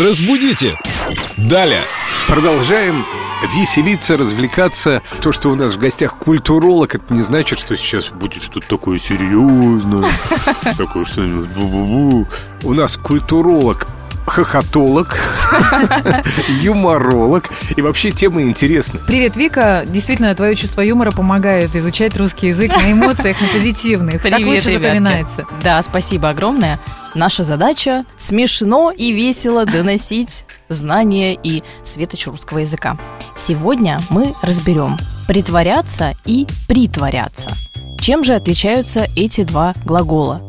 Разбудите! Далее! Продолжаем веселиться, развлекаться. То, что у нас в гостях культуролог, это не значит, что сейчас будет что-то такое серьезное, такое что-нибудь. бу-бу-бу. У нас культуролог хохотолог, юморолог. И вообще темы интересны. Привет, Вика. Действительно, твое чувство юмора помогает изучать русский язык на эмоциях, на позитивных. так Привет, лучше ребятки. запоминается. Да, спасибо огромное. Наша задача – смешно и весело доносить знания и светоч русского языка. Сегодня мы разберем «притворяться» и «притворяться». Чем же отличаются эти два глагола?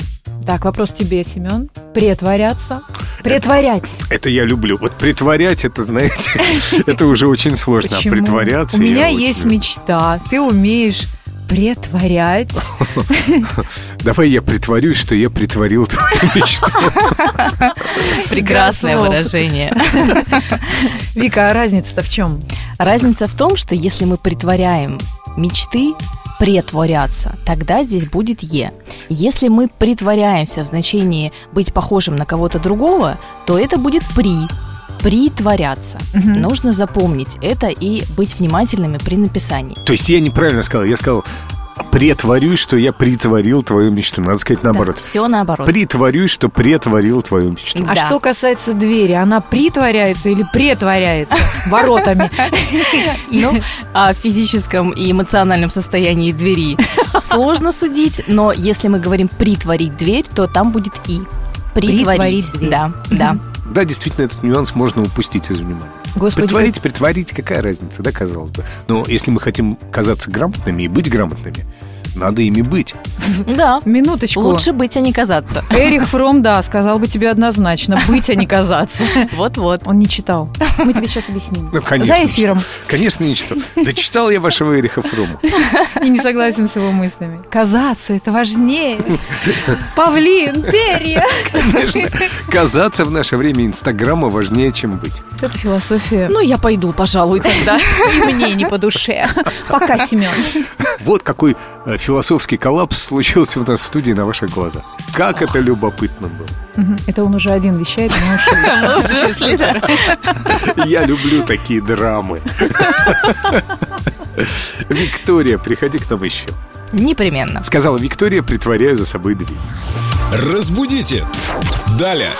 Так, вопрос тебе, Семен. Притворяться. Притворять. Это я люблю. Вот притворять, это, знаете, это уже очень сложно. А Почему? притворяться У я меня очень есть люблю. мечта. Ты умеешь претворять. Давай я притворюсь, что я притворил твою мечту. Прекрасное Игра слов. выражение. Вика, а разница-то в чем? Разница в том, что если мы притворяем мечты притворяться, тогда здесь будет «е». Если мы притворяемся в значении «быть похожим на кого-то другого», то это будет «при». Притворяться. Мгм. Нужно запомнить это и быть внимательными при написании. То есть я неправильно сказал. Я сказал, притворюсь, что я притворил твою мечту. Надо сказать наоборот. все наоборот. Притворюсь, что притворил твою мечту. А Да. что касается двери, она притворяется или претворяется воротами? Ну, о физическом и эмоциональном состоянии двери сложно судить, но если мы говорим «притворить дверь», то там будет «и». Притворить Притворить. дверь. Да, да. Да, действительно, этот нюанс можно упустить из внимания. Господи, как- Притворить, притворить, какая разница, да, казалось бы. Но если мы хотим казаться грамотными и быть грамотными, надо ими быть. Да, минуточку. Лучше быть, а не казаться. Эрих Фром, да, сказал бы тебе однозначно, быть, а не казаться. Вот-вот. Он не читал. Мы тебе сейчас объясним. Ну, конечно. За эфиром. Конечно, не читал. Да читал я вашего Эриха Фрома. И не согласен с его мыслями. Казаться – это важнее. Павлин, перья. Конечно. Казаться в наше время Инстаграма важнее, чем быть. Это философия. Ну, я пойду, пожалуй, тогда. и мне не по душе. Пока, Семен. Вот какой э, философский коллапс случился у нас в студии на ваших глазах. Как это любопытно было. Это он уже один вещает, мы ушли. Я люблю такие драмы. Виктория, приходи к нам еще. Непременно. Сказала Виктория, притворяя за собой дверь. Разбудите! Далее!